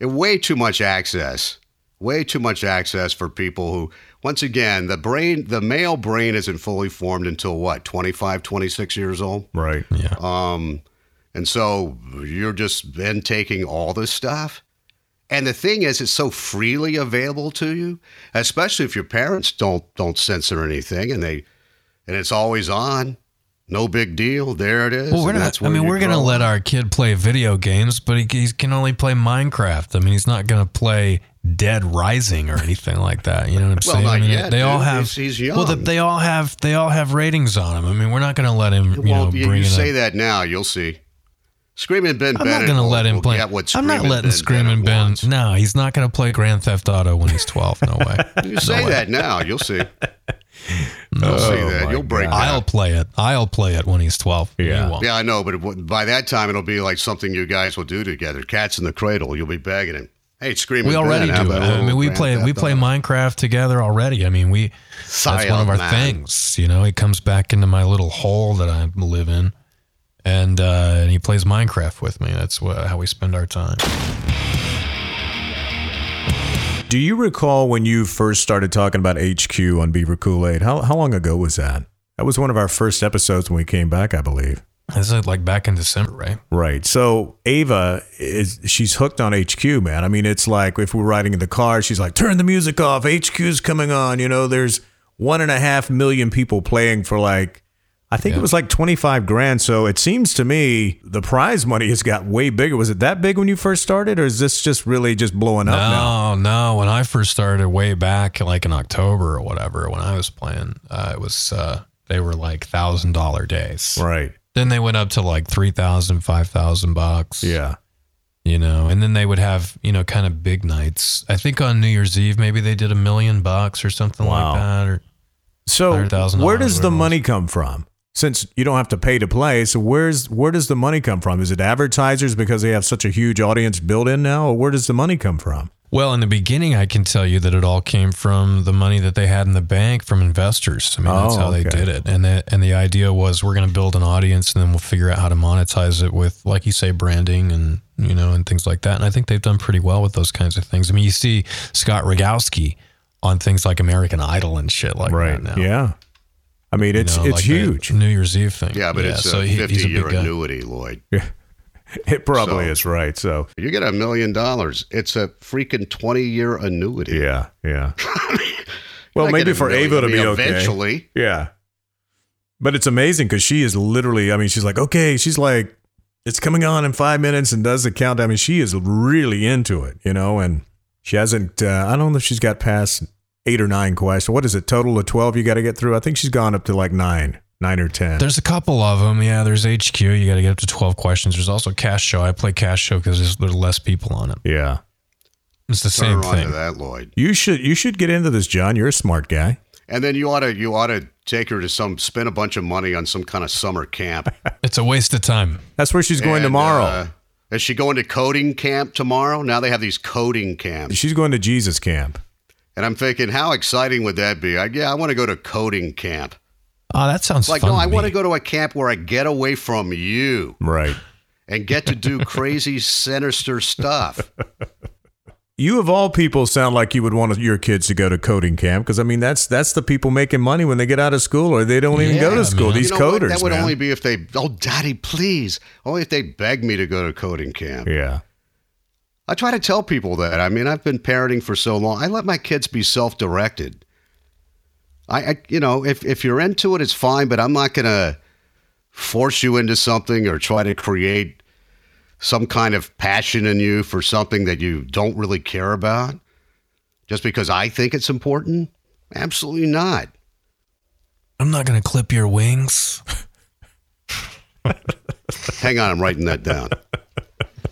D: it, way too much access. Way too much access for people who, once again, the brain, the male brain isn't fully formed until what, 25, 26 years old?
E: Right.
D: Um, and so you're just then taking all this stuff. And the thing is, it's so freely available to you, especially if your parents don't don't censor anything, and they and it's always on. No big deal. There it is.
F: Well, we're
D: and
F: not.
D: that's
F: I
D: where
F: mean,
D: you
F: we're gonna
D: grow
F: let
D: up.
F: our kid play video games, but he, he can only play Minecraft. I mean, he's not gonna play Dead Rising or anything like that. You know what I'm
D: Well,
F: saying? I
D: not
F: mean,
D: yet,
F: they all
D: dude.
F: have.
D: He's- he's
F: Well,
D: young.
F: they all have. They all have ratings on him. I mean, we're not gonna let him. You
D: well,
F: know,
D: you,
F: bring
D: you
F: it
D: say
F: up.
D: that now, you'll see. Screaming Ben
F: I'm
D: Bennett.
F: not gonna
D: will-
F: let him
D: will
F: play.
D: get what
F: I'm not
D: Screamin'
F: letting Screaming Ben.
D: wants.
F: No, he's not gonna play Grand Theft Auto when he's 12. [LAUGHS] No
D: [LAUGHS]
F: way.
D: You say that now, you'll see. You'll see
F: Oh
D: that. You'll break. that.
F: I'll play it. I'll play it when he's 12.
E: Yeah.
F: You won't.
D: Yeah, I know, but it, w- by that time it'll be like something you guys will do together. Cats in the cradle. You'll be begging him. Hey, screaming.
F: We already
D: Ben, how
F: do it.
D: about a
F: I
D: little
F: mean, we
D: Grand
F: play
D: Theft
F: we play
D: Auto?
F: Minecraft together already. I mean, we that's one of
D: Silent
F: our
D: Man.
F: things. You know, he comes back into my little hole that I live in, and uh, and he plays Minecraft with me. That's wha- how we spend our time.
E: Do you recall when you first started talking about HQ on Beaver Kool Aid? How, how long ago was that? That was one of our first episodes when we came back, I believe.
F: This is like back in December, right?
E: Right. So Ava is she's hooked on HQ, man. I mean, it's like if we're riding in the car, she's like, "Turn the music off. HQ's coming on." You know, there's one and a half million people playing for like, I think it was like twenty five grand. So it seems to me the prize money has got way bigger. Was it that big when you first started, or is this just really just blowing up now?
F: No, no. When I first started, way back like in October or whatever, when I was playing, uh, it was uh, they were like thousand dollar days.
E: Right.
F: Then they went up to like 3,000, 5,000 bucks.
E: Yeah.
F: you know and then they would have you know kind of big nights i think on new year's eve maybe they did a million bucks or something
E: Wow.
F: like that or
E: So
F: $100,000
E: where does
F: or
E: the
F: whatever it
E: money come from? Since you don't have to pay to play, so where's where does the money come from? Is it advertisers because they have such a huge audience built in now, or where does the money come from?
F: well in the beginning i can tell you that it all came from the money that they had in the bank from investors i mean that's
E: Oh,
F: how they
E: okay.
F: did it and that and the idea was we're going to build an audience and then we'll figure out how to monetize it with like you say branding and you know and things like that and i think they've done pretty well with those kinds of things i mean you see scott rogowski on things like american idol and shit like that now
E: Yeah. I mean,
F: You
E: it's
F: know,
E: it's
F: like the
E: huge. [LAUGHS]
F: New Year's Eve thing.
D: Yeah, but it's
F: so
D: a
F: he- he's a
D: fifty-year
F: big guy.
D: annuity, Lloyd.
E: it probably
D: so-
E: is right. So
D: You get a million dollars. It's a freaking twenty-year annuity.
E: yeah, yeah.
D: You're
E: well,
D: not
E: maybe
D: getting a
E: for
D: million.
E: Ava to
D: I
E: be
D: mean,
E: okay.
D: Eventually,
E: Yeah. But it's amazing because she is literally, I mean, she's like, okay, she's like, it's coming on in five minutes and does the countdown. I mean, she is really into it, you know, and she hasn't, uh, I don't know if she's got past eight or nine questions. What is it, total of 12 you got to get through? I think she's gone up to like nine, nine or 10.
F: There's a couple of them. Yeah, there's HQ. You got to get up to 12 questions. There's also Cash Show. I play Cash Show because there's, there's less people on it.
E: yeah.
F: It's the
D: turn
F: same
D: her onto
F: thing.
D: that, Lloyd.
E: You should, you should get into this, John. You're a smart guy.
D: And then you ought to you ought to take her to some spend a bunch of money on some kind of summer camp.
F: It's a waste of time.
E: That's where she's [LAUGHS] going
D: And,
E: tomorrow.
D: uh, is she going to coding camp tomorrow? Now they have these coding camps.
E: she's going to Jesus camp.
D: And I'm thinking, how exciting would that be? I, yeah, I want to go to coding camp.
F: Oh, that sounds
D: Like,
F: fun.
D: no, I
F: want
D: want to go to a camp where I get away from you
E: Right.
D: and get
E: [LAUGHS]
D: to do crazy, sinister stuff.
E: You of all people sound like you would want your kids to go to coding camp because I mean that's that's the people making money when they get out of school or they don't even go
F: Yeah,
E: to school.
F: man.
E: These
D: you know what?
E: coders,
D: That would
E: man.
D: only be if they, oh, daddy, please. Only if they beg me to go to coding camp.
E: yeah,
D: I try to tell people that. I mean, I've been parenting for so long. I let my kids be self-directed. I, I you know, if if you're into it, it's fine. But I'm not gonna force you into something or try to create some kind of passion in you for something that you don't really care about. Just because I think it's important? Absolutely not.
F: I'm not going to clip your wings.
D: Hang on, I'm writing that down.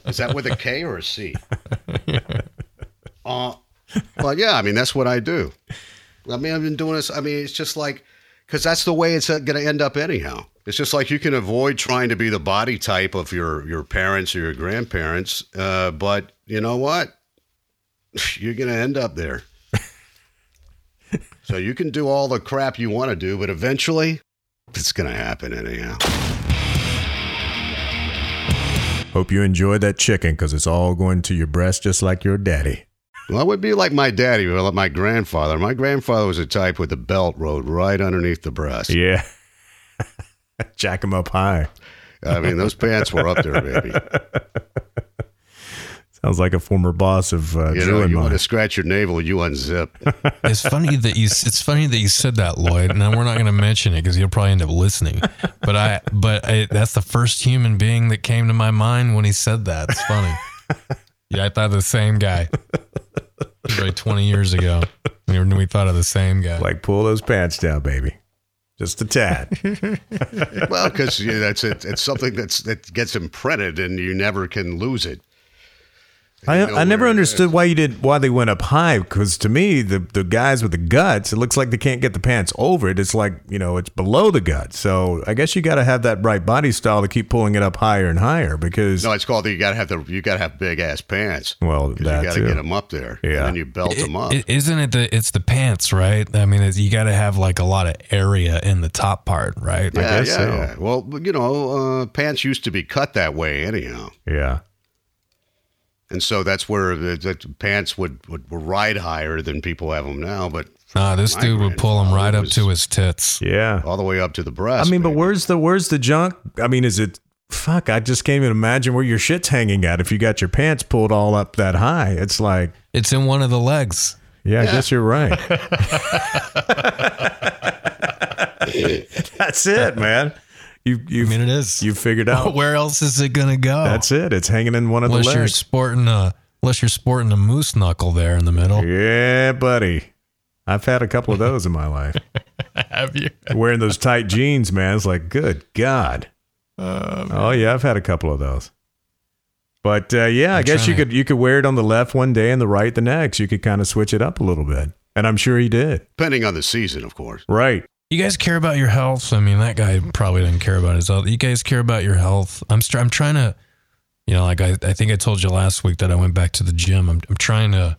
D: Is that with a K or a [LAUGHS] C? Uh, well, yeah, I mean, that's what I do. I mean, I've been doing this. I mean, it's just like, because that's the way it's going to end up anyhow. It's just like you can avoid trying to be the body type of your, your parents or your grandparents, uh, but you know what? [LAUGHS] You're going to end up [LAUGHS] there. so you can do all the crap you want to do, but eventually it's going to happen anyhow.
E: Hope you enjoyed that chicken because it's all going to your breast just like your daddy.
D: Well, I would be like my daddy, or like my grandfather. My grandfather was a type with the belt rode right underneath the breast.
E: Yeah. [LAUGHS] Jack him up high.
D: I mean, those pants were up there, baby.
E: Sounds like [LAUGHS] a former boss of uh,
D: You
E: Drew
D: know,
E: and
D: you want
E: mine.
D: to scratch your navel, you unzip.
F: It's funny that you. It's funny that you said that, Lloyd. And we're not going to mention it because you'll probably end up listening. But I. But I, that's the first human being that came to my mind when he said that. It's funny. Yeah, I thought of the same guy. Probably 20 years ago, we, were, we thought of the same guy.
E: Like, pull those pants down, baby. Just a tad.
D: well, because you know, that's it, it's something that's that gets imprinted, and you never can lose it.
E: I,
D: know
E: I never
D: where it
E: understood why you did why they went up high because to me the the guys with the guts it looks like they can't get the pants over it it's like you know it's below the gut so I guess you got to have that right body style to keep pulling it up higher and higher because
D: No, it's called you got to have the you got to have big ass pants.
E: Well,
D: 'Cause
E: that
D: you got to
E: too.
D: get them up there,
E: Yeah.
D: and then you belt them up.
F: It, isn't it the it's the pants, right? I mean, it's, you got to have like a lot of area in the top part, right?
D: yeah,
E: guess
D: yeah,
E: so.
D: yeah. Well, you know, uh, pants used to be cut that way anyhow.
E: yeah
D: And so that's where the, the pants would, would ride higher than people have them now, but
F: Nah, this
D: My
F: dude would pull him right
D: grandfather
F: up
D: was-
F: to his tits.
E: yeah
D: all the way up to the breast.
E: I mean but
D: baby.
E: where's the where's the junk I mean is it fuck I just can't even imagine where your shit's hanging at if you got your pants pulled all up that high it's like
F: It's in one of the legs.
E: yeah, I guess you're right that's it man you you
F: I mean, it is.
E: you figured
F: [LAUGHS]
E: out
F: Where else is it gonna go?
E: That's it. It's hanging in one of
F: unless
E: the
F: you're
E: legs.
F: sporting a unless you're sporting a moose knuckle there in the middle.
E: Yeah, buddy. I've had a couple of those in my life.
F: [LAUGHS] Have you?
E: Wearing those tight jeans, man. It's like, good God. oh yeah, I've had a couple of those. But uh, yeah, i
F: I'm
E: guess you
F: trying.
E: could you could wear it on the left one day and the right the next. You could kind of switch it up a little bit. And I'm sure he did.
D: Depending on the season, of course.
E: Right.
F: You guys care about your health. I mean, that guy probably didn't care about his health. You guys care about your health. I'm str- I'm trying to, you know, like I, I think I told you last week that I went back to the gym. I'm I'm trying to,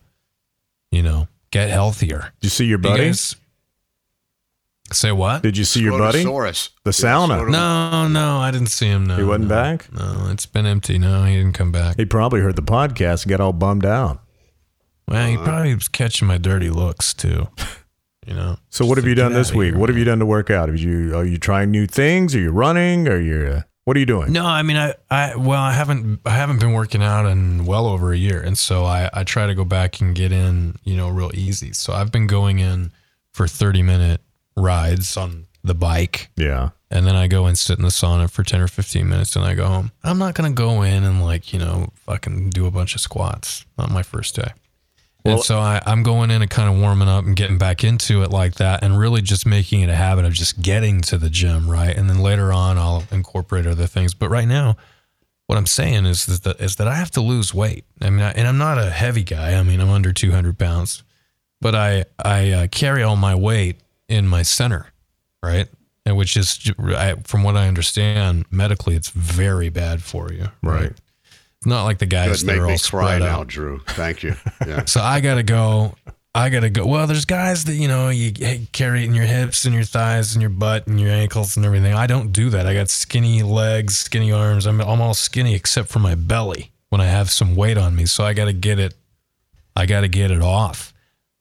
F: you know, get healthier.
E: Did you see your buddy?
F: You guys say what?
E: did you see your buddy?
D: Brontosaurus.
E: The
D: Yeah,
E: sauna.
D: sort of-
F: No, no, I didn't see him. No,
E: He wasn't
F: no.
E: back?
F: No, it's been empty. No, he didn't come back.
E: He probably heard the podcast and got all bummed out.
F: Well, he probably was catching my dirty looks too. [LAUGHS] You know.
E: So what
F: Just
E: have you
F: to get
E: done this
F: outta
E: week?
F: here,
E: What have
F: man.
E: you done to work out? Have you are you trying new things? Are you running? Are you uh, what are you doing?
F: No, I mean I, I well I haven't I haven't been working out in well over a year, and so I I try to go back and get in you know real easy. So I've been going in for thirty minute rides on the bike,
E: Yeah.
F: and then I go and sit in the sauna for ten or fifteen minutes, and I go home. I'm not gonna go in and like you know fucking do a bunch of squats. Not my first day. and so I, I'm going in and kind of warming up and getting back into it like that, and really just making it a habit of just getting to the gym, right? And then later on, I'll incorporate other things. But right now, what I'm saying is that the, is that I have to lose weight. I mean, I, and I'm not a heavy guy. I mean, I'm under 200 pounds, but I I uh, carry all my weight in my center, right? And which is, ju- I, from what I understand medically, it's very bad for you,
E: Right.
F: It's Not like the guys
D: Good,
F: that
D: make
F: are all
D: me cry
F: spread
D: now,
F: out.
D: Drew.
E: [LAUGHS]
D: Thank you. Yeah.
F: So I gotta go. I gotta go. Well, there's guys that you know you hey, carry it in your hips and your thighs and your butt and your ankles and everything. I don't do that. I got skinny legs, skinny arms. I'm I'm all skinny except for my belly when I have some weight on me. So I gotta get it. I gotta get it off.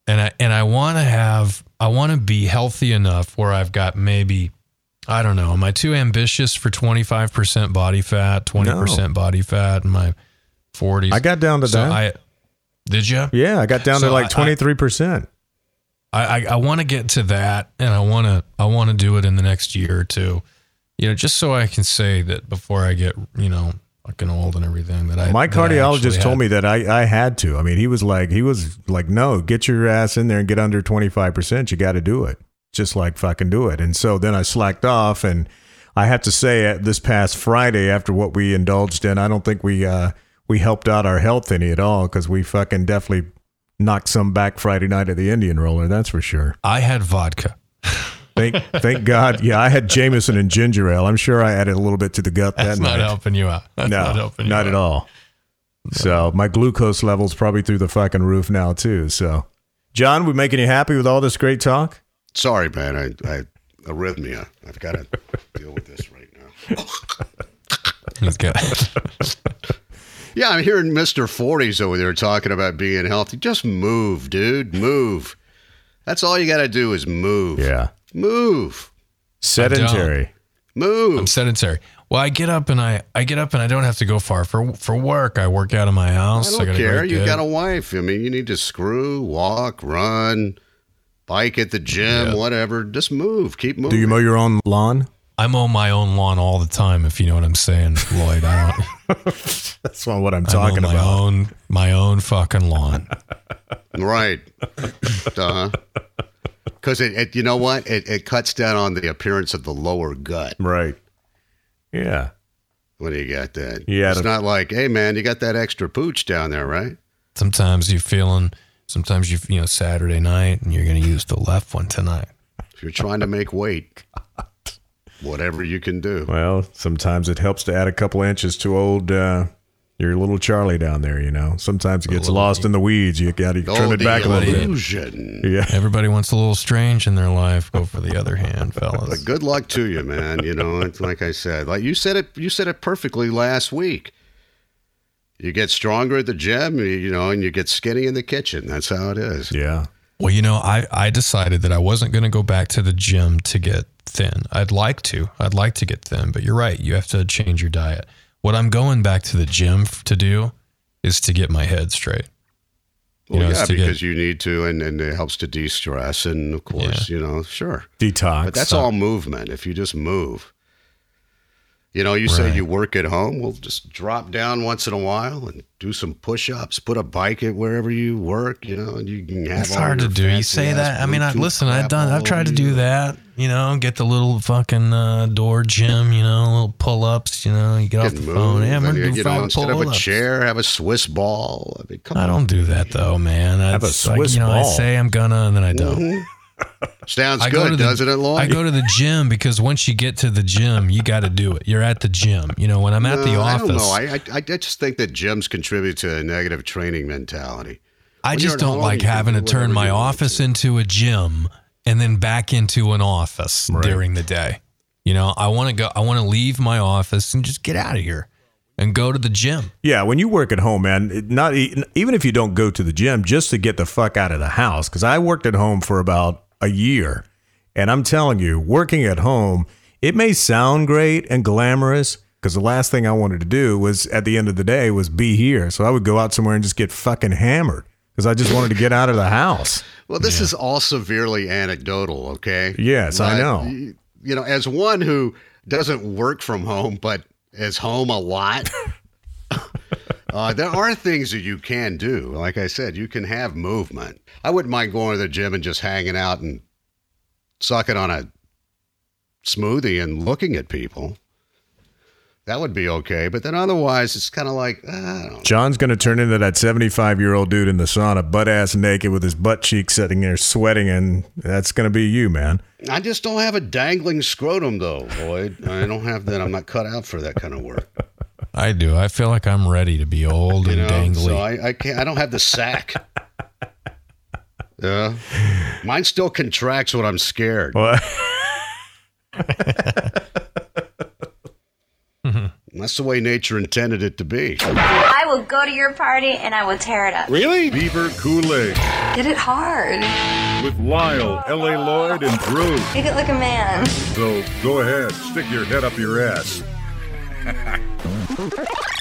F: And I and I want to have. I want to be healthy enough where I've got maybe. I don't know. Am I too ambitious for 25% body fat, 20% body fat in my 40s?
E: I got down to
F: so
E: that.
F: I did you?
E: yeah, I got down to
F: So I-
E: like
F: I-
E: twenty three percent.
F: I I, I want to get to that, and I want to I want to do it in the next year or two. You know, just so I can say that before I get you know fucking old and everything that I
E: My
F: that I actually
E: cardiologist
F: had.
E: told me that I, I had to. I mean, he was like, he was like, no, get your ass in there and get under 25%. You got to do it. Just like fucking do it. And so then I slacked off. And I have to say, at this past Friday, after what we indulged in, I don't think we, uh, we helped out our health any at all because we fucking definitely knocked some back Friday night at the Indian roller. That's for sure.
F: I had vodka.
E: Thank, thank God. Yeah, I had Jameson and ginger ale. I'm sure I added a little bit to the gut
F: That's
E: that
F: not
E: night
F: helping you out.
E: [LAUGHS]
F: That's
E: no,
F: not
E: not,
F: helping you out.
E: at all. So my glucose levels probably through the fucking roof now too. So, John, we making you happy with all this great talk?
D: Sorry, man. I, I arrhythmia. I've got to deal with this right now.
E: [LAUGHS]
F: He's got
D: Yeah, I'm hearing Mr. 40s over there talking about being healthy. Just move, dude. Move. That's all you got to do is move. Move.
E: sedentary.
D: Move.
F: I'm sedentary. Well, I get up and I I get up and I don't have to go far for for work. I work out of my house.
D: I don't
F: got a
D: care.
F: great
D: You
F: gig.
D: got a wife. I mean, you need to screw, walk, run, bike at the gym, whatever. Just move. Keep moving.
E: Do you mow your own lawn?
F: I'm on my own lawn all the time. If you know what I'm saying, Lloyd. I
E: [LAUGHS]
F: don't.
E: That's not what I'm
F: I'm on
E: talking
F: my
E: about.
F: own my own fucking lawn.
E: [LAUGHS]
D: Right. uh huh. Because it, it, you know what? It, it cuts down on the appearance of the lower gut
E: Right. Yeah.
D: when you got that.
E: Yeah,
D: It's
E: the-
D: not like, hey, man, you got that extra pooch down there, right?
F: Sometimes you're feeling. Sometimes you you know Saturday night and you're gonna use the left one tonight.
D: If you're trying to
E: [LAUGHS]
D: make weight, whatever you can do.
E: Well, sometimes it helps to add a couple inches to old uh, your little Charlie down there. You know, sometimes it gets lost in the weeds. You got to trim
D: Oh,
E: it back a
D: the
E: little bit.
D: illusion.
E: Yeah.
F: Everybody wants a little strange in their life. Go for the other hand,
D: But
F: fellas.
D: good luck to you, man. You know, it's like I said, like you said it, you said it perfectly last week. You get stronger at the gym, you- you know, and you get skinny in the kitchen. That's how it is.
E: Yeah.
F: Well, you know, I, I decided that I wasn't going to go back to the gym to get thin. I'd like to. I'd like to get thin, but you're right. You have to change your diet. What I'm going back to the gym f- to do is to get my head straight. You
D: Well,
F: know,
D: yeah,
F: it's to get-
D: because you need to, and, and it helps to de stress. And of course, you know, sure.
E: Detox.
D: But that's all movement. If you just move, you know, you say you work at home, well, just drop down once in a while and do some push ups, put a bike at wherever you work, you know, and you can have
F: It's
D: all
F: hard to
D: your
F: do. You
D: fancy
F: say
D: ass
F: that. I mean, I,
D: Bluetooth
F: listen, I've
D: crap
F: done,
D: all
F: I've tried to
D: over
F: do
D: you.
F: that, you know, get the little fucking uh, door gym, you know, little pull ups, you know, you get off
D: Can
F: the
D: move.
F: phone. Yeah,
D: and
F: I'm going to
D: you,
F: do
D: you know,
F: five
D: instead of
F: pull
D: a
F: ups.
D: chair, have a Swiss ball. I mean, come
F: I
D: on.
F: don't do that though, man. I
E: Have a Swiss
F: like, you know,
E: ball.
F: I say I'm gonna and then I
D: Mm-hmm.
F: don't.
D: Sounds
F: I
D: good, doesn't it,
F: I
D: Lloyd?
F: go to the gym because once you get to the gym, you got to do it. You're at the gym. You know, when I'm at the
D: No,
F: office,
D: Uh, I don't know. I, I, I just think that gyms contribute to a negative training mentality.
F: I
D: When you're
F: just
D: at
F: don't
D: home,
F: like
D: you can
F: having
D: do
F: to turn
D: whatever
F: my
D: you want
F: office
D: to.
F: into a gym and then back into an office during the day. You know, I want to go. I want to leave my office and just get out of here and go to the gym.
E: Yeah, when you work at home, man, it- not e- even if you don't go to the gym, just to get the fuck out of the house. Because I worked at home for about a year, and I'm telling you, working at home, it may sound great and glamorous. Because the last thing I wanted to do was at the end of the day was be here. So I would go out somewhere and just get fucking hammered because I just wanted to get out of the house.
D: Well, this is all severely anecdotal, okay?
E: Yes, I
D: But,
E: know.
D: y- You know, as one who doesn't work from home but is home a lot, [LAUGHS] uh, there are things that you can do. Like I said, you can have movement. I wouldn't mind going to the gym and just hanging out and sucking on a smoothie and looking at people. That would be okay. But then otherwise, it's kind of like, uh, I don't know.
E: John's going to turn into that 75 year old dude in the sauna, butt ass naked with his butt cheek sitting there sweating, and that's going to be you, man.
D: I just don't have a dangling scrotum, though, Lloyd. I don't have that. I'm not cut out for that kind of work.
F: I do. I feel like I'm ready to be old
D: You
F: and
D: know,
F: dangly.
D: so I, I can't. I don't have the sack. Yeah, mine still contracts when I'm scared.
E: Well,
D: [LAUGHS] That's the way nature intended it to be.
G: I will go to your party and I will tear it up.
C: Beaver Kool-Aid
G: Get it hard.
C: with Lyle, L.A. Lloyd, and Drew.
G: Make it like a man.
C: So go ahead, stick your head up your ass.